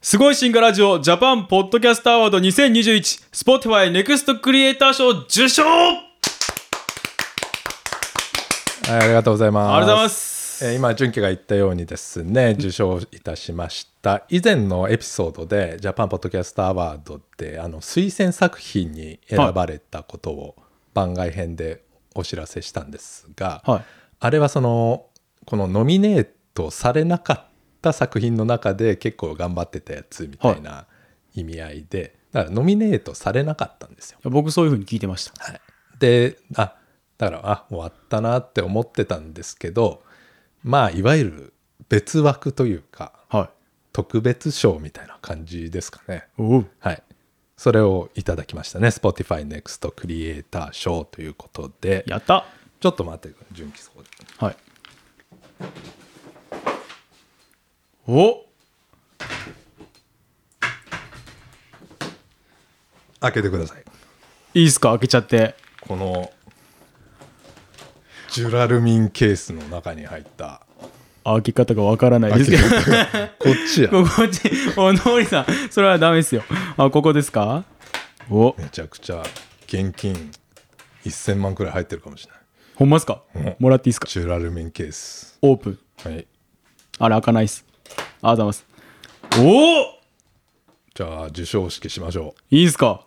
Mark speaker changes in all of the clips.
Speaker 1: すごい進化ラジオジャパンポッドキャストアワード2021スポティファイネクストクリエイター賞受賞
Speaker 2: はいありがとうございます。
Speaker 1: ありがとうございます
Speaker 2: えー今、純喜が言ったようにですね、受賞いたしました。以前のエピソードで、ジャパンポッドキャストアワードで、あの推薦作品に選ばれたことを番外編でお知らせしたんですが、
Speaker 1: はい
Speaker 2: あれはその、このノミネートされなかった作品の中で結構頑張ってたやつみたいな意味合いで、だからノミネートされなかったんですよ。
Speaker 1: 僕そういうふうに聞いてました
Speaker 2: はい、であだからあ終わったなって思ってたんですけどまあいわゆる別枠というか
Speaker 1: はい
Speaker 2: 特別賞みたいな感じですかね
Speaker 1: おう
Speaker 2: はいそれをいただきましたね Spotify Next クリエイター賞ということで
Speaker 1: やった
Speaker 2: ちょっと待って純喜そこで
Speaker 1: はいお
Speaker 2: 開けてください
Speaker 1: いいっすか開けちゃって
Speaker 2: このジュラルミンケースの中に入った
Speaker 1: 開け方がわからない
Speaker 2: 開
Speaker 1: で
Speaker 2: け
Speaker 1: す
Speaker 2: て
Speaker 1: け
Speaker 2: く
Speaker 1: ど
Speaker 2: ださいこっちや
Speaker 1: ここっちおのりさんそれはダメですよあここですかお
Speaker 2: めちゃくちゃ現金1000万くらい入ってるかもしれない
Speaker 1: ほんまっすか、
Speaker 2: ん
Speaker 1: もらっていいっすか
Speaker 2: ジュラルミンケース
Speaker 1: オープン
Speaker 2: はい
Speaker 1: あれ開かないっすありがとうございますおお
Speaker 2: じゃあ授賞式しましょ
Speaker 1: いいっすか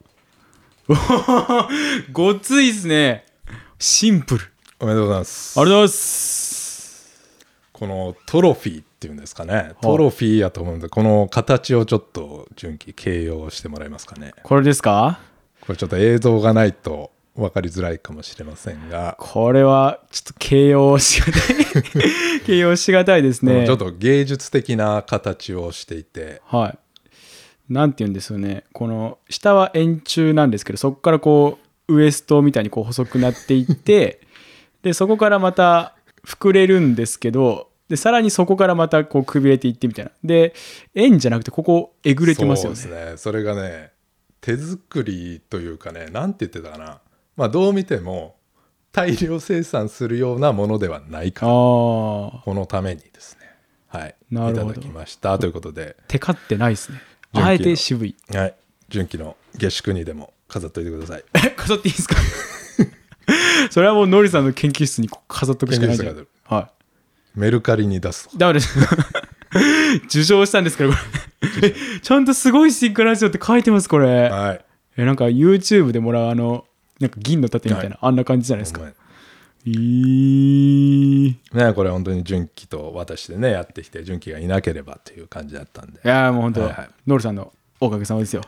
Speaker 1: おー ごついっすねシンプル
Speaker 2: うおめでとうございます
Speaker 1: ありがとうございます
Speaker 2: このトロフィーっていうんですかねトロフィーやと思うんでこの形をちょっと純喜形容してもらえますかね
Speaker 1: これですか
Speaker 2: これちょっと映像がないと分かりづらいかもしれませんが、
Speaker 1: これはちょっと形容しがた い形容しがたいですね
Speaker 2: ちょっと芸術的な形をしていて
Speaker 1: はいなんて言うんですよねこの下は円柱なんですけどそこからこうウエストみたいにこう細くなっていってでそこからまた膨れるんですけどでさらにそこからまたこうくびれていってみたいなで円じゃなくてここえぐれてますよね
Speaker 2: そうですねそれがね手作りというかねなんて言ってたかなまあどう見ても大量生産するようなものではないかな
Speaker 1: ああ
Speaker 2: このためにですねはい
Speaker 1: なるほど
Speaker 2: いただきましたということで、
Speaker 1: テカってないですね
Speaker 2: 純喜の
Speaker 1: あえて渋い
Speaker 2: はい、純喜の下宿にでも飾っといてください
Speaker 1: え飾っていいですか それはもうノリさんの研究室にこう飾っとくしかないんじゃ
Speaker 2: 研究室
Speaker 1: ないはい
Speaker 2: メルカリに出すと
Speaker 1: ダメです。 受賞したんですけど、これ。 えちゃんとすごいシンクラジオって書いてます、これ。
Speaker 2: はい
Speaker 1: え、なんか YouTube でもらうあの、なんか銀の盾みたいな、あんな感じじゃないですか。えーい
Speaker 2: ねこれ本当に純喜と私でねやってきて純喜がいなければという感じだったんで
Speaker 1: やーもう本当、
Speaker 2: はいはい
Speaker 1: ノルさんのおかげさまですよ。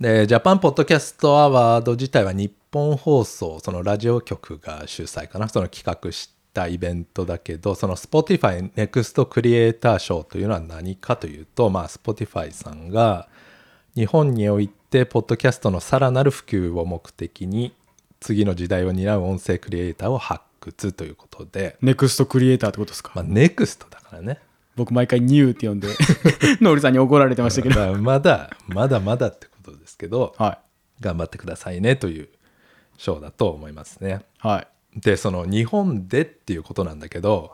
Speaker 2: でジャパンポッドキャストアワード自体は日本放送そのラジオ局が主催かなその企画したイベントだけどその Spotify NEXT クリエイター賞というのは何かというと、まあ、Spotify さんが日本においてポッドキャストのさらなる普及を目的に次の時代を担う音声クリエイターを発掘ということで、
Speaker 1: ネクストクリエイターってことですか。
Speaker 2: まあ、NEXT だからね
Speaker 1: 僕毎回ニューって呼んで、 ノルさんに怒られてましたけ
Speaker 2: だ か
Speaker 1: ど。
Speaker 2: らまだまだまだってことですけど
Speaker 1: は
Speaker 2: 頑張ってくださいねという賞だと思いますね。
Speaker 1: い。はい。
Speaker 2: でその日本でっていうことなんだけど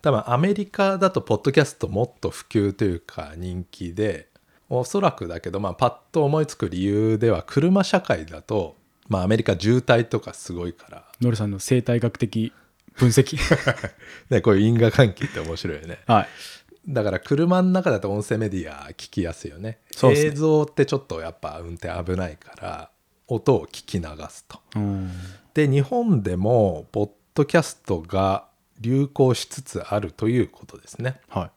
Speaker 2: 多分アメリカだとポッドキャストもっと普及というか人気でおそらくだけど、まあ、パッと思いつく理由では車社会だと、まあ、アメリカ渋滞とかすごいから、
Speaker 1: ノルさんの生態学的分 析。
Speaker 2: ね、こういう因果関係って面白いよね
Speaker 1: はい。
Speaker 2: だから車の中だと音声メディア聞きやすいよね
Speaker 1: そうですね
Speaker 2: 映像ってちょっとやっぱ運転危ないから音を聞き流すと
Speaker 1: うん。
Speaker 2: で日本でもポッドキャストが流行しつつあるということですね
Speaker 1: はい。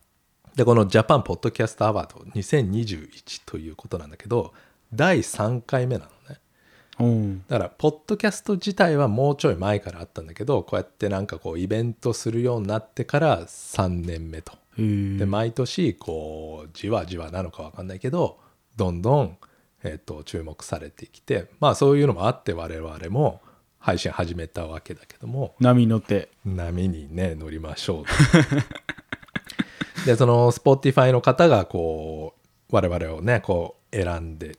Speaker 2: でこのジャパンポッドキャストアワード2021ということなんだけど第3回目なのね
Speaker 1: うん。
Speaker 2: だからポッドキャスト自体はもうちょい前からあったんだけどこうやってなんかこうイベントするようになってから3年目と
Speaker 1: へー
Speaker 2: で毎年こうじわじわなのかわかんないけどどんどん、えっと注目されてきてまあそういうのもあって我々も配信始めたわけだけども
Speaker 1: 波に乗って。
Speaker 2: 波にね乗りましょうとでその Spotify の方がこう我々をねこう選んで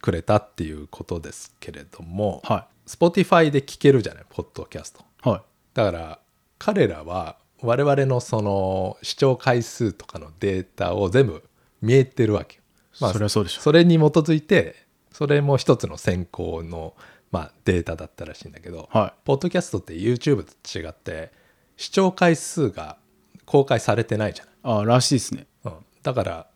Speaker 2: くれたっていうことですけれども、
Speaker 1: は
Speaker 2: Spotify で聞けるじゃないポッドキャスト
Speaker 1: い。はい。
Speaker 2: だから彼らは我々のその視聴回数とかのデータを全部見えてるわけよ。まあ
Speaker 1: それはそうでしょ
Speaker 2: それに基づいてそれも一つの選考の、まあ、データだったらしいんだけど、
Speaker 1: はい
Speaker 2: ポッドキャストって YouTube と違って視聴回数が公開されてないじゃない。
Speaker 1: ああらしいですね
Speaker 2: うん、だから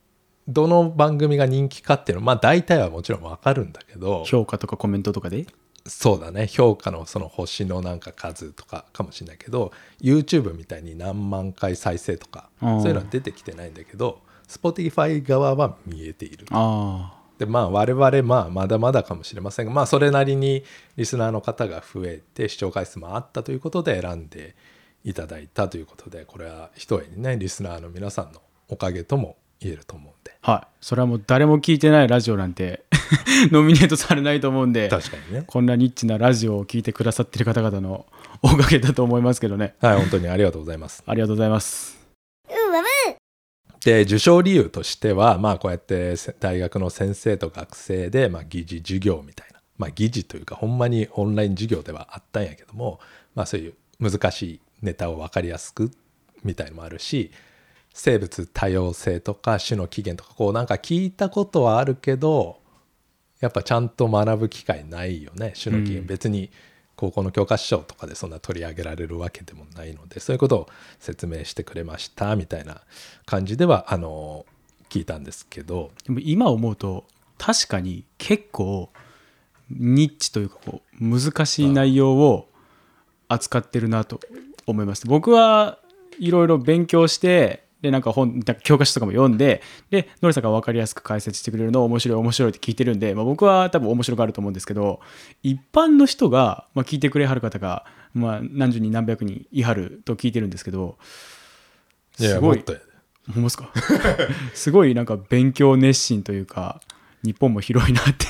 Speaker 2: どの番組が人気かっていうのはまあ大体はもちろんわかるんだけど
Speaker 1: 評価とかコメントとかで
Speaker 2: そうだね評価のその星のなんか数とかかもしれないけど YouTube みたいに何万回再生とか
Speaker 1: うん
Speaker 2: そういうのは出てきてないんだけど Spotify 側は見えている
Speaker 1: ああ
Speaker 2: でまあ我々まあまだまだかもしれませんがまあそれなりにリスナーの方が増えて視聴回数もあったということで選んでいただいたということでこれはひとえにねリスナーの皆さんのおかげとも言えると思うんで
Speaker 1: はいそれはもう誰も聞いてないラジオなんて ノミネートされないと思うんで
Speaker 2: 確かにね
Speaker 1: こんなニッチなラジオを聞いてくださってる方々のおかげだと思いますけどね
Speaker 2: はい本当にありがとうございます
Speaker 1: ありがとうございます
Speaker 2: で受賞理由としてはまあこうやってせ大学の先生と学生で、まあ、疑似授業みたいな、まあ、疑似というかほんまにオンライン授業ではあったんやけども、まあ、そういう難しいネタを分かりやすくみたいのもあるし生物多様性とか種の起源とかこうなんか聞いたことはあるけどやっぱちゃんと学ぶ機会ないよね種の起
Speaker 1: う
Speaker 2: 源、
Speaker 1: ん
Speaker 2: 別に高校の教科書とかでそんな取り上げられるわけでもないのでそういうことを説明してくれましたみたいな感じではあの聞いたんですけど
Speaker 1: でも今思うと確かに結構ニッチというかこう難しい内容を扱ってるなと思います僕はいろいろ勉強してでなんか本なんか教科書とかも読んででノリさんが分かりやすく解説してくれるのを面白い面白いって聞いてるんで、まあ、僕は多分面白があると思うんですけど一般の人が、まあ、聞いてくれはる方が、まあ、何十人何百人いはると聞いてるんですけど
Speaker 2: いや
Speaker 1: すごい
Speaker 2: もっとやで
Speaker 1: ほんまっすか すごいなんか勉強熱心というか日本も広いなって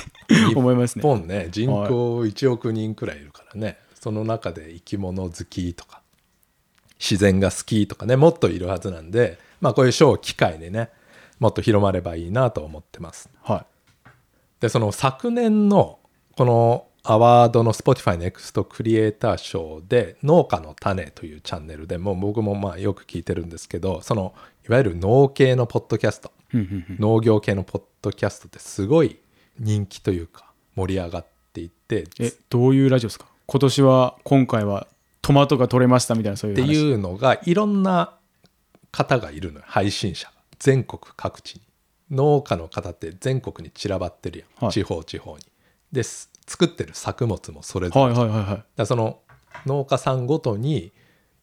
Speaker 1: 思います
Speaker 2: 日
Speaker 1: ね。
Speaker 2: 本ね人口1億人くらいいるからねその中で生き物好きとか自然が好きとかねもっといるはずなんでまあこういう賞を機会にねもっと広まればいいなと思ってます。
Speaker 1: は
Speaker 2: でその昨年のこのアワードの Spotify Next クリエイター賞で「農家の種」というチャンネルでもう僕もまあよく聞いてるんですけどそのいわゆる農系のポッドキャスト
Speaker 1: い。うんうんうん
Speaker 2: 農業系のポッドキャストってすごい人気というか盛り上がっていて
Speaker 1: えどういうラジオですか今年は今回はトマトが取れましたみたいなそういう
Speaker 2: って
Speaker 1: 話
Speaker 2: いうのがいろんな方がいるのよ配信者が全国各地に農家の方って全国に散らばってるやん、
Speaker 1: はい
Speaker 2: 地方地方にです作ってる作物もそれぞ
Speaker 1: は
Speaker 2: れ、
Speaker 1: い
Speaker 2: だ
Speaker 1: は
Speaker 2: か
Speaker 1: いはいはい。
Speaker 2: らその農家さんごとに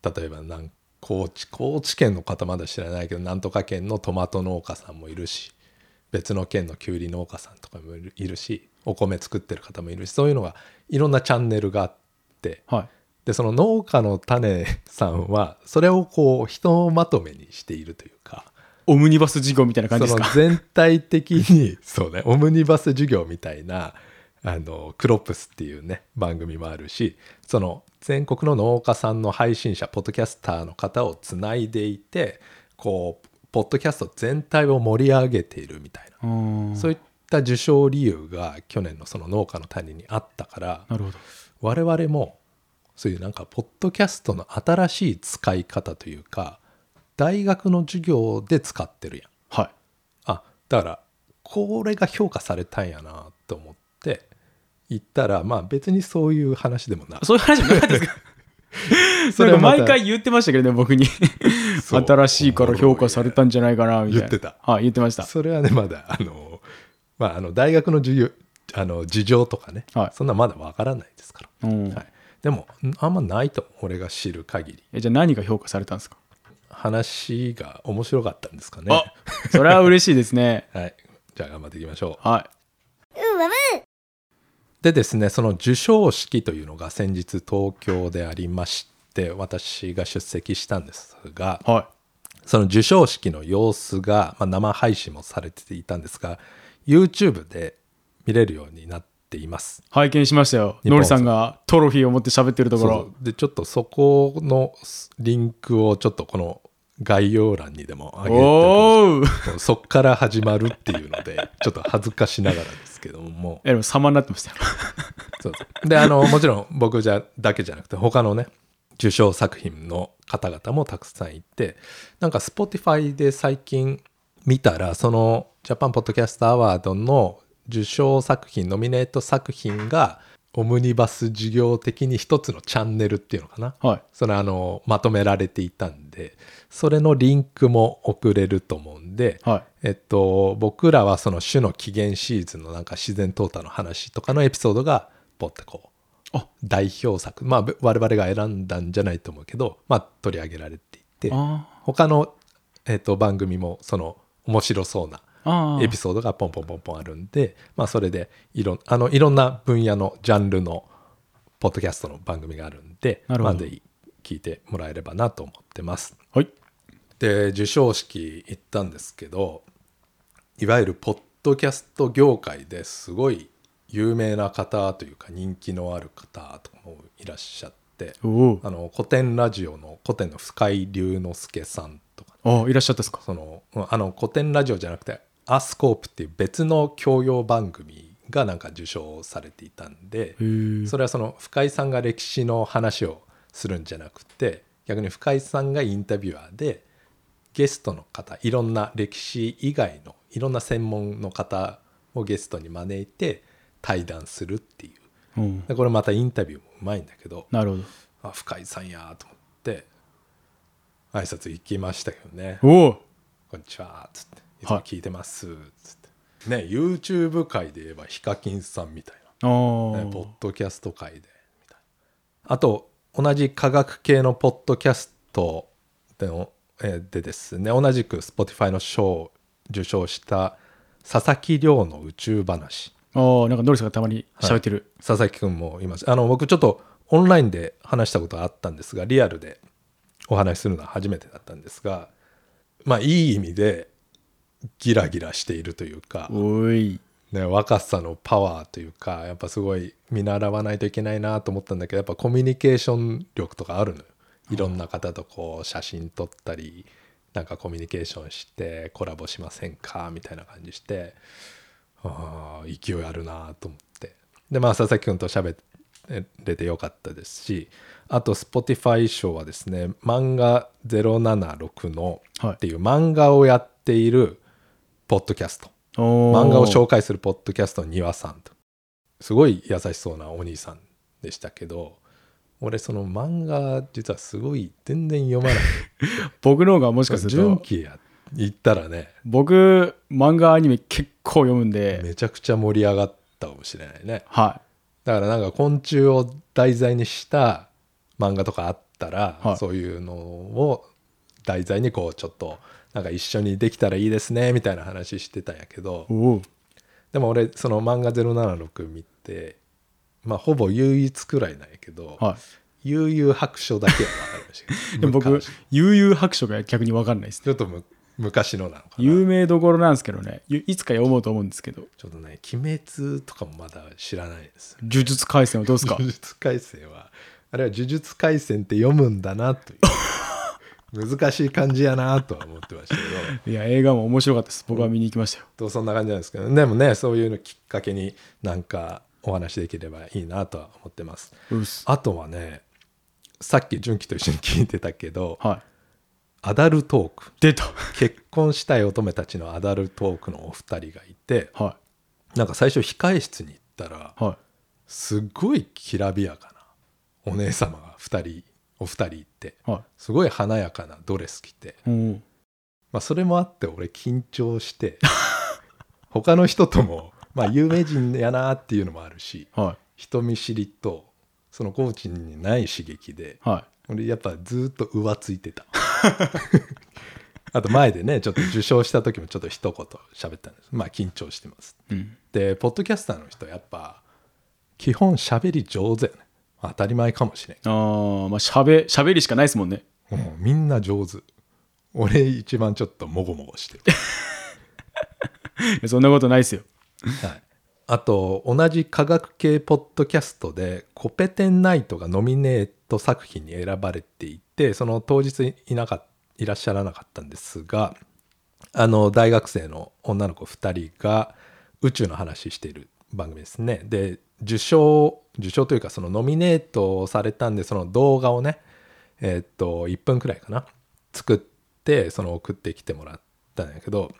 Speaker 2: 例えばなん高知高知県の方まだ知らないけどなんとか県のトマト農家さんもいるし別の県のきゅうり農家さんとかもいるいるしお米作ってる方もいるしそういうのがいろんなチャンネルがあって、
Speaker 1: はい、
Speaker 2: でその農家の種さんはそれをこうひとまとめにしているというか
Speaker 1: オムニバス事業みたいな感じです
Speaker 2: その
Speaker 1: か
Speaker 2: 全体的に そうねオムニバス授業みたいなあのクロップスっていうね番組もあるしその全国の農家さんの配信者ポッドキャスターの方をつないでいてこうポッドキャスト全体を盛り上げているみたいな、
Speaker 1: うん
Speaker 2: そういった受賞理由が去年のその農家の種にあったから
Speaker 1: なるほど。
Speaker 2: 我々もそういうなんかポッドキャストの新しい使い方というか大学の授業で使ってるやん
Speaker 1: はい。
Speaker 2: あだからこれが評価されたんやなと思って行ったらまあ別にそういう話でもない
Speaker 1: そういう話じゃなかったです か
Speaker 2: それ
Speaker 1: な
Speaker 2: は
Speaker 1: んか
Speaker 2: また
Speaker 1: 毎回言ってましたけどね僕に
Speaker 2: そう
Speaker 1: 新しいから評価されたんじゃないかなみたいな
Speaker 2: 言ってた
Speaker 1: はい言ってました
Speaker 2: それはねまだあのまああの大学の授業あの事情とかね、
Speaker 1: はい
Speaker 2: そんなまだわからないですから、
Speaker 1: うん
Speaker 2: はい、でもんあんまないと思う俺が知る限り
Speaker 1: えじゃあ何が評価されたんですか
Speaker 2: 話が面白かったんですかね
Speaker 1: あそれは嬉しいですね
Speaker 2: はい。じゃあ頑張っていきましょう。
Speaker 1: はい
Speaker 2: でですね、その授賞式というのが先日東京でありまして、私が出席したんですが、
Speaker 1: は
Speaker 2: その授賞式の様子が、まあ、生配信もされていたんですが、YouTube で見れるようになっています。
Speaker 1: い。拝見しましたよ。
Speaker 2: 日本
Speaker 1: ノリさんがトロフィーを持って喋ってるとこ
Speaker 2: そう
Speaker 1: ろ
Speaker 2: そ。うで、ちょっとそこのリンクをちょっとこの概要欄にでも上げてお
Speaker 1: おお
Speaker 2: きますそっから始まるっていうので、ちょっと恥ずかしながらですけども、
Speaker 1: え、でも様になってましたよ。
Speaker 2: そうそうであのもちろん僕じゃだけじゃなくて他のね受賞作品の方々もたくさんいてなんか Spotify で最近見たらそのジャパンポッドキャストアワードの受賞作品ノミネート作品がオムニバス事業的に一つのチャンネルっていうのかな
Speaker 1: はい。
Speaker 2: それあのまとめられていたんでそれのリンクも送れると思うんで、
Speaker 1: は
Speaker 2: えっと、僕らはその種の起源シーズンのなんか自然淘汰の話とかのエピソードがポッてこう
Speaker 1: あ
Speaker 2: 代表作まあぶ我々が選んだんじゃないと思うけど、まあ、取り上げられていて
Speaker 1: い。あ
Speaker 2: 他の、えっと、番組もその面白そうな
Speaker 1: あ。ああ。
Speaker 2: エピソードがポンポンポンポンあるんで、まあ、それでいろんあのいろんな分野のジャンルのポッドキャストの番組があるんで、
Speaker 1: なるほど
Speaker 2: まあぜひ聞いてもらえればなと思ってます。
Speaker 1: はい。
Speaker 2: で授賞式行ったんですけどいわゆるポッドキャスト業界ですごい有名な方というか人気のある方とかもいらっしゃって
Speaker 1: おお
Speaker 2: あ。の古典ラジオの古典の深井龍之介さんとか
Speaker 1: ああ、いらっしゃったですか。
Speaker 2: そのうんあの古典ラジオじゃなくて「アスコープ」っていう別の教養番組がなんか受賞されていたんで
Speaker 1: へえ。
Speaker 2: それはその深井さんが歴史の話をするんじゃなくて逆に深井さんがインタビュアーでゲストの方いろんな歴史以外のいろんな専門の方をゲストに招いて対談するっていう
Speaker 1: うん。
Speaker 2: でこれまたインタビューもうまいんだけど
Speaker 1: なるほど。
Speaker 2: あ深井さんやと思って挨拶行きましたけどね
Speaker 1: おお。
Speaker 2: こんにちは」っつって「いつ
Speaker 1: はい
Speaker 2: も聞いてます」っつって、ね YouTube 界で言えばヒカキンさんみたい
Speaker 1: あ
Speaker 2: な、ね
Speaker 1: あ。
Speaker 2: ポッドキャスト界でみたいなあと同じ科学系のポッドキャストでのえーでですね同じく Spotify の賞を受賞した佐々木亮の宇宙話
Speaker 1: ああ、なんかノリさんがたまに喋ってる。
Speaker 2: 佐々木くんもいますあの僕ちょっとオンラインで話したことがあったんですがリアルでお話しするのは初めてだったんですがまあいい意味でギラギラしているというか、
Speaker 1: おい。
Speaker 2: ね、若さのパワーというかやっぱすごい見習わないといけないなと思ったんだけどやっぱコミュニケーション力とかあるのよいろんな方とこう写真撮ったりなんかコミュニケーションしてコラボしませんかみたいな感じしてあー勢いあるなと思ってでまあ佐々木君と喋れてよかったですしあと Spotify 賞はですね「漫画076の」
Speaker 1: はい
Speaker 2: っていう漫画をやっているポッドキャスト
Speaker 1: お
Speaker 2: 漫画を
Speaker 1: 紹
Speaker 2: 紹介するポッドキャストの庭さんとすごい優しそうなお兄さんでしたけど俺その漫画実はすごい全然読ま ない
Speaker 1: 僕の方がもしかする
Speaker 2: 純
Speaker 1: と、
Speaker 2: 喜や行ったらね
Speaker 1: 僕、漫画アニメ結構読むんで、
Speaker 2: めちゃくちゃ盛り上がったかもしれないね
Speaker 1: は
Speaker 2: だからなんか昆虫を題材にした漫画とかあったら、
Speaker 1: はい
Speaker 2: そういうのを題材にこうちょっとなんか一緒にできたらいいですねみたいな話してたんやけど
Speaker 1: い。おお。
Speaker 2: でも俺その漫画076見てまあほぼ唯一くらいなんやけど、
Speaker 1: は
Speaker 2: 悠々白書だけは分かりましたけ
Speaker 1: い。
Speaker 2: ど
Speaker 1: でも僕
Speaker 2: 昔、
Speaker 1: 悠々白書が逆に分かんないですね。
Speaker 2: ちょっとむ昔のなのかな
Speaker 1: 有名どころなんですけどね、ゆいつか読もうと思うんですけど、
Speaker 2: ちょっとね「鬼滅」とかもまだ知らないですよ
Speaker 1: 呪術廻戦はどう ですか
Speaker 2: 呪術廻戦はあれは呪術廻戦って読むんだな という難しい感じやなとは思ってましたけど
Speaker 1: いや、映画も面白かったです。僕は見に行きましたよ。
Speaker 2: とそんな感じなんですけどでもねそういうのきっかけになんかお話できればいいなとは思ってます
Speaker 1: うっす。
Speaker 2: あとはねさっき純喜と一緒に聞いてたけど
Speaker 1: はい。
Speaker 2: アダルトーク
Speaker 1: 出た。
Speaker 2: 結婚したい乙女たちのアダルトークのお二人がいて
Speaker 1: は
Speaker 2: なんか最初控え室に行ったら
Speaker 1: い。は
Speaker 2: すっごいきらびやかなお姉様が二人お二人いて
Speaker 1: い。は
Speaker 2: すごい華やかなドレス着て、
Speaker 1: い。うん。
Speaker 2: まあ、それもあって俺緊張して他の人とも、まあ、有名人やなっていうのもあるし
Speaker 1: は
Speaker 2: 人見知りとそのコーチにない刺激で
Speaker 1: い。は
Speaker 2: 俺やっぱずーっと浮ついてた あと前でねちょっと受賞した時もちょっと一言喋ったんですまあ緊張してます
Speaker 1: い。うん。
Speaker 2: でポッドキャスターの人やっぱ基本喋り上手やね当たり前かもしれん、
Speaker 1: ああ、まあ、しゃべ、しゃべりしかないですもんね。
Speaker 2: うんみんな上手俺一番ちょっともごもごしてる、
Speaker 1: いやそんなことないですよ。
Speaker 2: はい、あと同じ科学系ポッドキャストで「コペテンナイト」がノミネート作品に選ばれていてその当日いなかっいらっしゃらなかったんですがあの大学生の女の子2人が宇宙の話している番組ですねで受賞受賞というかそのノミネートされたんでその動画をねえーっと1分くらいかな作ってその送ってきてもらったんだけど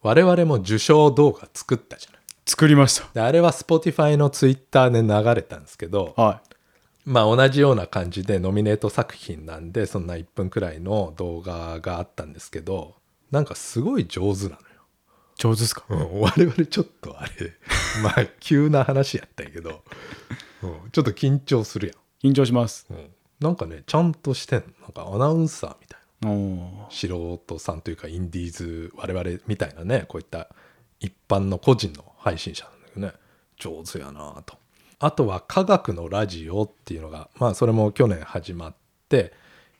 Speaker 2: 我々も受賞動画作ったじゃない
Speaker 1: 作りまし
Speaker 2: であれは Spotify の Twitter で流れたんですけど
Speaker 1: た。はい。
Speaker 2: まあ同じような感じでノミネート作品なんでそんな1分くらいの動画があったんですけどなんかすごい上手なのよ
Speaker 1: 上手ですか
Speaker 2: うん我々ちょっとあれ まあ急な話やったんやけど、うんちょっと緊張する
Speaker 1: 緊張します。
Speaker 2: やん、うんなんかねちゃんとしてんのなんかアナウンサーみたい
Speaker 1: おー
Speaker 2: な素人さんというかインディーズ我々みたいなねこういった一般の個人の配信者なんだけどね上手やなぁとあとは「科学のラジオ」っていうのがまあそれも去年始まって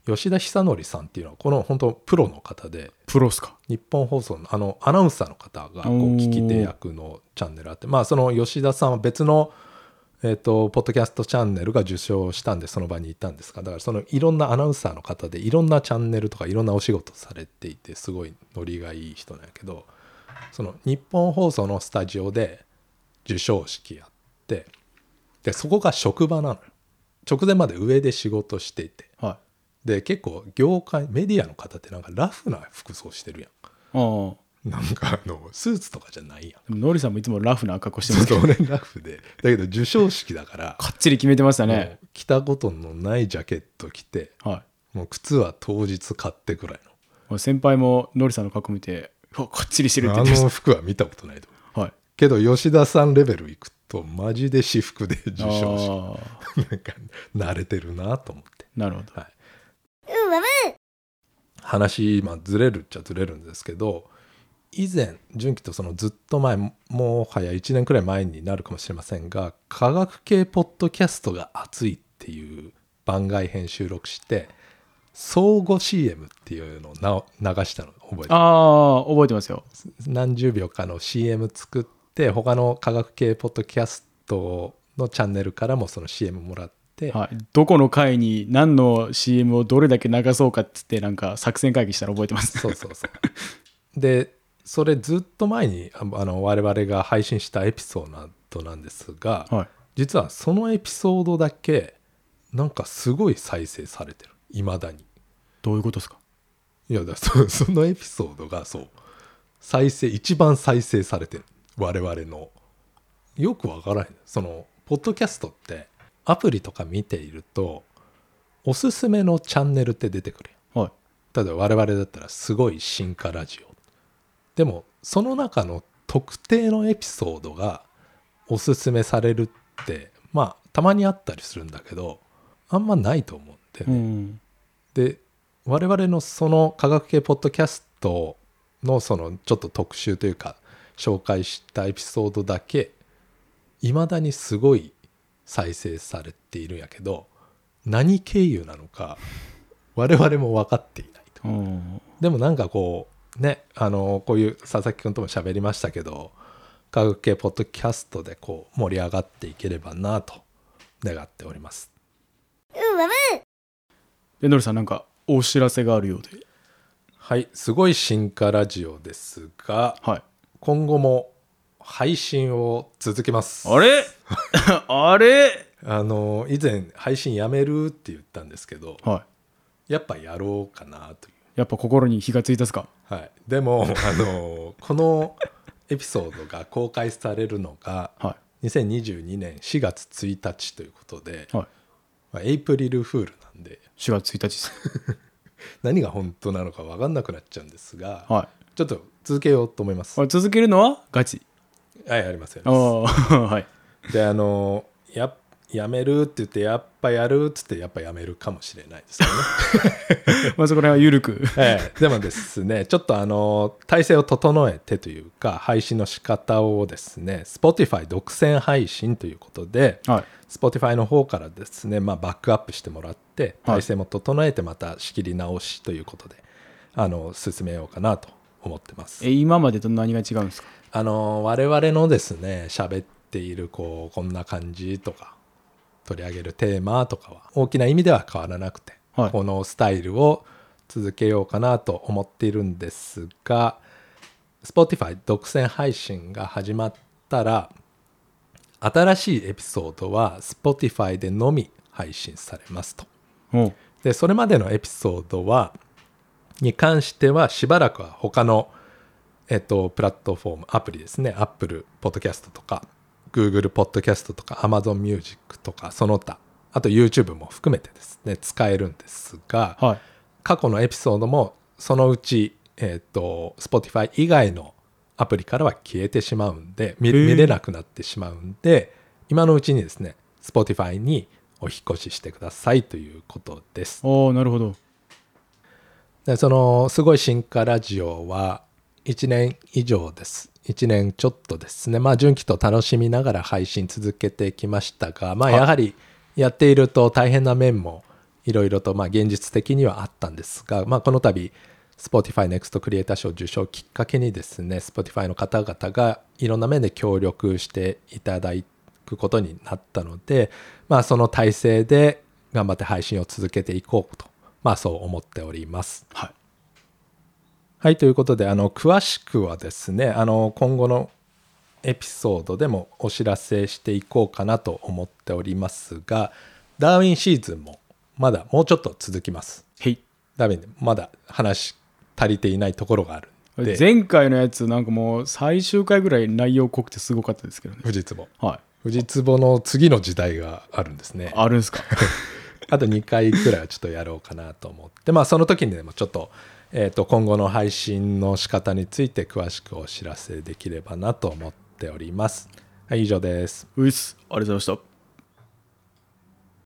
Speaker 2: 吉田久典さんっていうのはこの本当プロの方で
Speaker 1: プロっすか
Speaker 2: 日本放送のあのアナウンサーの方がこう
Speaker 1: おー
Speaker 2: 聞き手役のチャンネルあってまあその吉田さんは別の、えー、とポッドキャストチャンネルが受賞したんでその場にいたんですがだからそのいろんなアナウンサーの方でいろんなチャンネルとかいろんなお仕事されていてすごいノリがいい人なんやけどその日本放送のスタジオで授賞式やってでそこが職場なのよ直前まで上で仕事していて
Speaker 1: は
Speaker 2: で結構業界メディアの方ってなんかラフな服装してるやん
Speaker 1: い。ああ。
Speaker 2: なんかあのスーツとかじゃないやん。
Speaker 1: でもノリさんもいつもラフな格好してま
Speaker 2: ちょ
Speaker 1: す
Speaker 2: っ
Speaker 1: けど、
Speaker 2: と俺ラフで。だけど授賞式 だから、
Speaker 1: かっちり決めてました
Speaker 2: も
Speaker 1: ね。
Speaker 2: う着たことのないジャケット着て、
Speaker 1: は
Speaker 2: もう靴は当日買ってくらい
Speaker 1: い。先輩もノリさんの格好見て、うわ、かっちりしてるっ
Speaker 2: の。
Speaker 1: て
Speaker 2: あ
Speaker 1: 言ってまし
Speaker 2: の服は見たことないと思う。
Speaker 1: た。はい。
Speaker 2: けど吉田さんレベルいくと、マジで私服で授賞
Speaker 1: あ
Speaker 2: 式。
Speaker 1: あ
Speaker 2: なんか慣れてるなと思って。
Speaker 1: なるほど。
Speaker 2: はい。話、まあ、ずれるっちゃずれるんですけど以前純喜とそのずっと前ももはや1年くらい前になるかもしれませんが科学系ポッドキャストが熱いっていう番外編収録して相互 CM っていうのをな流したの覚えてます
Speaker 1: ああ、覚えてますよ。
Speaker 2: 何十秒かの CM 作って他の科学系ポッドキャストのチャンネルからもその CM もらって、
Speaker 1: はい。どこの回に何の CM をどれだけ流そうかっつって、なんか作戦会議したら覚えてます。
Speaker 2: そうそうそう。で、それずっと前にああの我々が配信したエピソードなんです が、
Speaker 1: はい。
Speaker 2: 実はそのエピソードだけなんかすごい再生されてるいまだに。
Speaker 1: どういうことですか
Speaker 2: いやだ そそのエピソードがそう再生一番再生されてる我々のよくわからないそのポッドキャストってアプリとか見ているとおすすめのチャンネルって出てくるやん
Speaker 1: はい。
Speaker 2: 例えば我々だったらすごい進化ラジオでもその中の特定のエピソードがおすすめされるってまあたまにあったりするんだけどあんまないと思うんだよ
Speaker 1: う
Speaker 2: ね、
Speaker 1: ん。
Speaker 2: で我々のその科学系ポッドキャストのそのちょっと特集というか紹介したエピソードだけいまだにすごい再生されているんやけど何経由なのか我々も分かっていないと
Speaker 1: うん
Speaker 2: でもなんかこうねあのこういう佐々木君とも喋りましたけど科学系ポッドキャストでこう盛り上がっていければなと願っております
Speaker 1: で、ノリさん、なんかお知らせがあるようで。
Speaker 2: はいすごい進化ラジオですが
Speaker 1: はい。
Speaker 2: 今後も配信を続けます
Speaker 1: あれ あれ
Speaker 2: あの以前配信やめるって言ったんですけど
Speaker 1: は
Speaker 2: やっぱやろうかなとい
Speaker 1: い。
Speaker 2: う
Speaker 1: やっぱ心に火がついたっすか
Speaker 2: はい、でもあのこのエピソードが公開されるのが
Speaker 1: は
Speaker 2: 2022年4月1日ということで、
Speaker 1: い。はい。
Speaker 2: まあ、エイプリルフールなんで
Speaker 1: 4月1日です。
Speaker 2: 何が本当なのか分かんなくなっちゃうんですが、
Speaker 1: は
Speaker 2: ちょっと続けようと思います
Speaker 1: い。。続けるのはガチ。
Speaker 2: はい、ありますよ
Speaker 1: ああ、 はい。
Speaker 2: であのややめるって言ってやっぱやるっつってやっぱやめるかもしれないですよね。
Speaker 1: まあそこ ら辺は緩く。
Speaker 2: ええ、でもですねちょっとあの体制を整えてというか配信の仕方をですね Spotify 独占配信ということで、
Speaker 1: はい。
Speaker 2: Spotify の方からですね、まあ、バックアップしてもらって
Speaker 1: はい
Speaker 2: 体制も整えてまた仕切り直しということで、あの進めようかなと思ってます
Speaker 1: え、今までと何が違うんですか
Speaker 2: あの我々のですね喋っているこうこんな感じとか取り上げるテーマとかは大きな意味では変わらなくて、
Speaker 1: はい
Speaker 2: このスタイルを続けようかなと思っているんですが Spotify 独占配信が始まったら新しいエピソードは Spotify でのみ配信されますと
Speaker 1: おう
Speaker 2: でそれまでのエピソードはに関してはしばらくは他の、えっと、プラットフォームアプリですね Apple Podcast とか Google Podcast とか Amazon Music とかその他あと YouTube も含めてですね使えるんですが、
Speaker 1: はい。
Speaker 2: 過去のエピソードもそのうち、えー、と Spotify 以外のアプリからは消えてしまうんで見
Speaker 1: へー
Speaker 2: 見れなくなってしまうんで今のうちにですね Spotify にお引っ越ししてくださいということです
Speaker 1: おーなるほど。
Speaker 2: でそのすごい進化ラジオは1年以上です1年ちょっとですねまあ純喜と楽しみながら配信続けてきましたがまあ
Speaker 1: はい
Speaker 2: やはりやっていると大変な面もいろいろとまあ現実的にはあったんですが、まあ、この度 Spotify Next クリエイター賞受賞をきっかけにですね Spotify の方々がいろんな面で協力していただくことになったので、まあ、その体制で頑張って配信を続けていこうと、まあ、そう思っております。
Speaker 1: はい。
Speaker 2: はい、ということで、あの、詳しくはですね、あの、今後のエピソードでもお知らせしていこうかなと思っておりますが、ダーウィンシーズンもまだもうちょっと続きます。
Speaker 1: へい。
Speaker 2: ダーウィンでまだ話足りていないところがあるんで、
Speaker 1: 前回のやつ、なんかもう最終回ぐらい内容濃くてすごかったですけどね。
Speaker 2: 富士壺。
Speaker 1: はい。
Speaker 2: 富士壺の次の時代があるんですね。
Speaker 1: あるんすか。
Speaker 2: あと2回くらいはちょっとやろうかなと思って、まあ、その時にでもちょっと,、えーと今後の配信の仕方について詳しくお知らせできればなと思っております。はい、以上です。
Speaker 1: ういっす。ありがとうございました。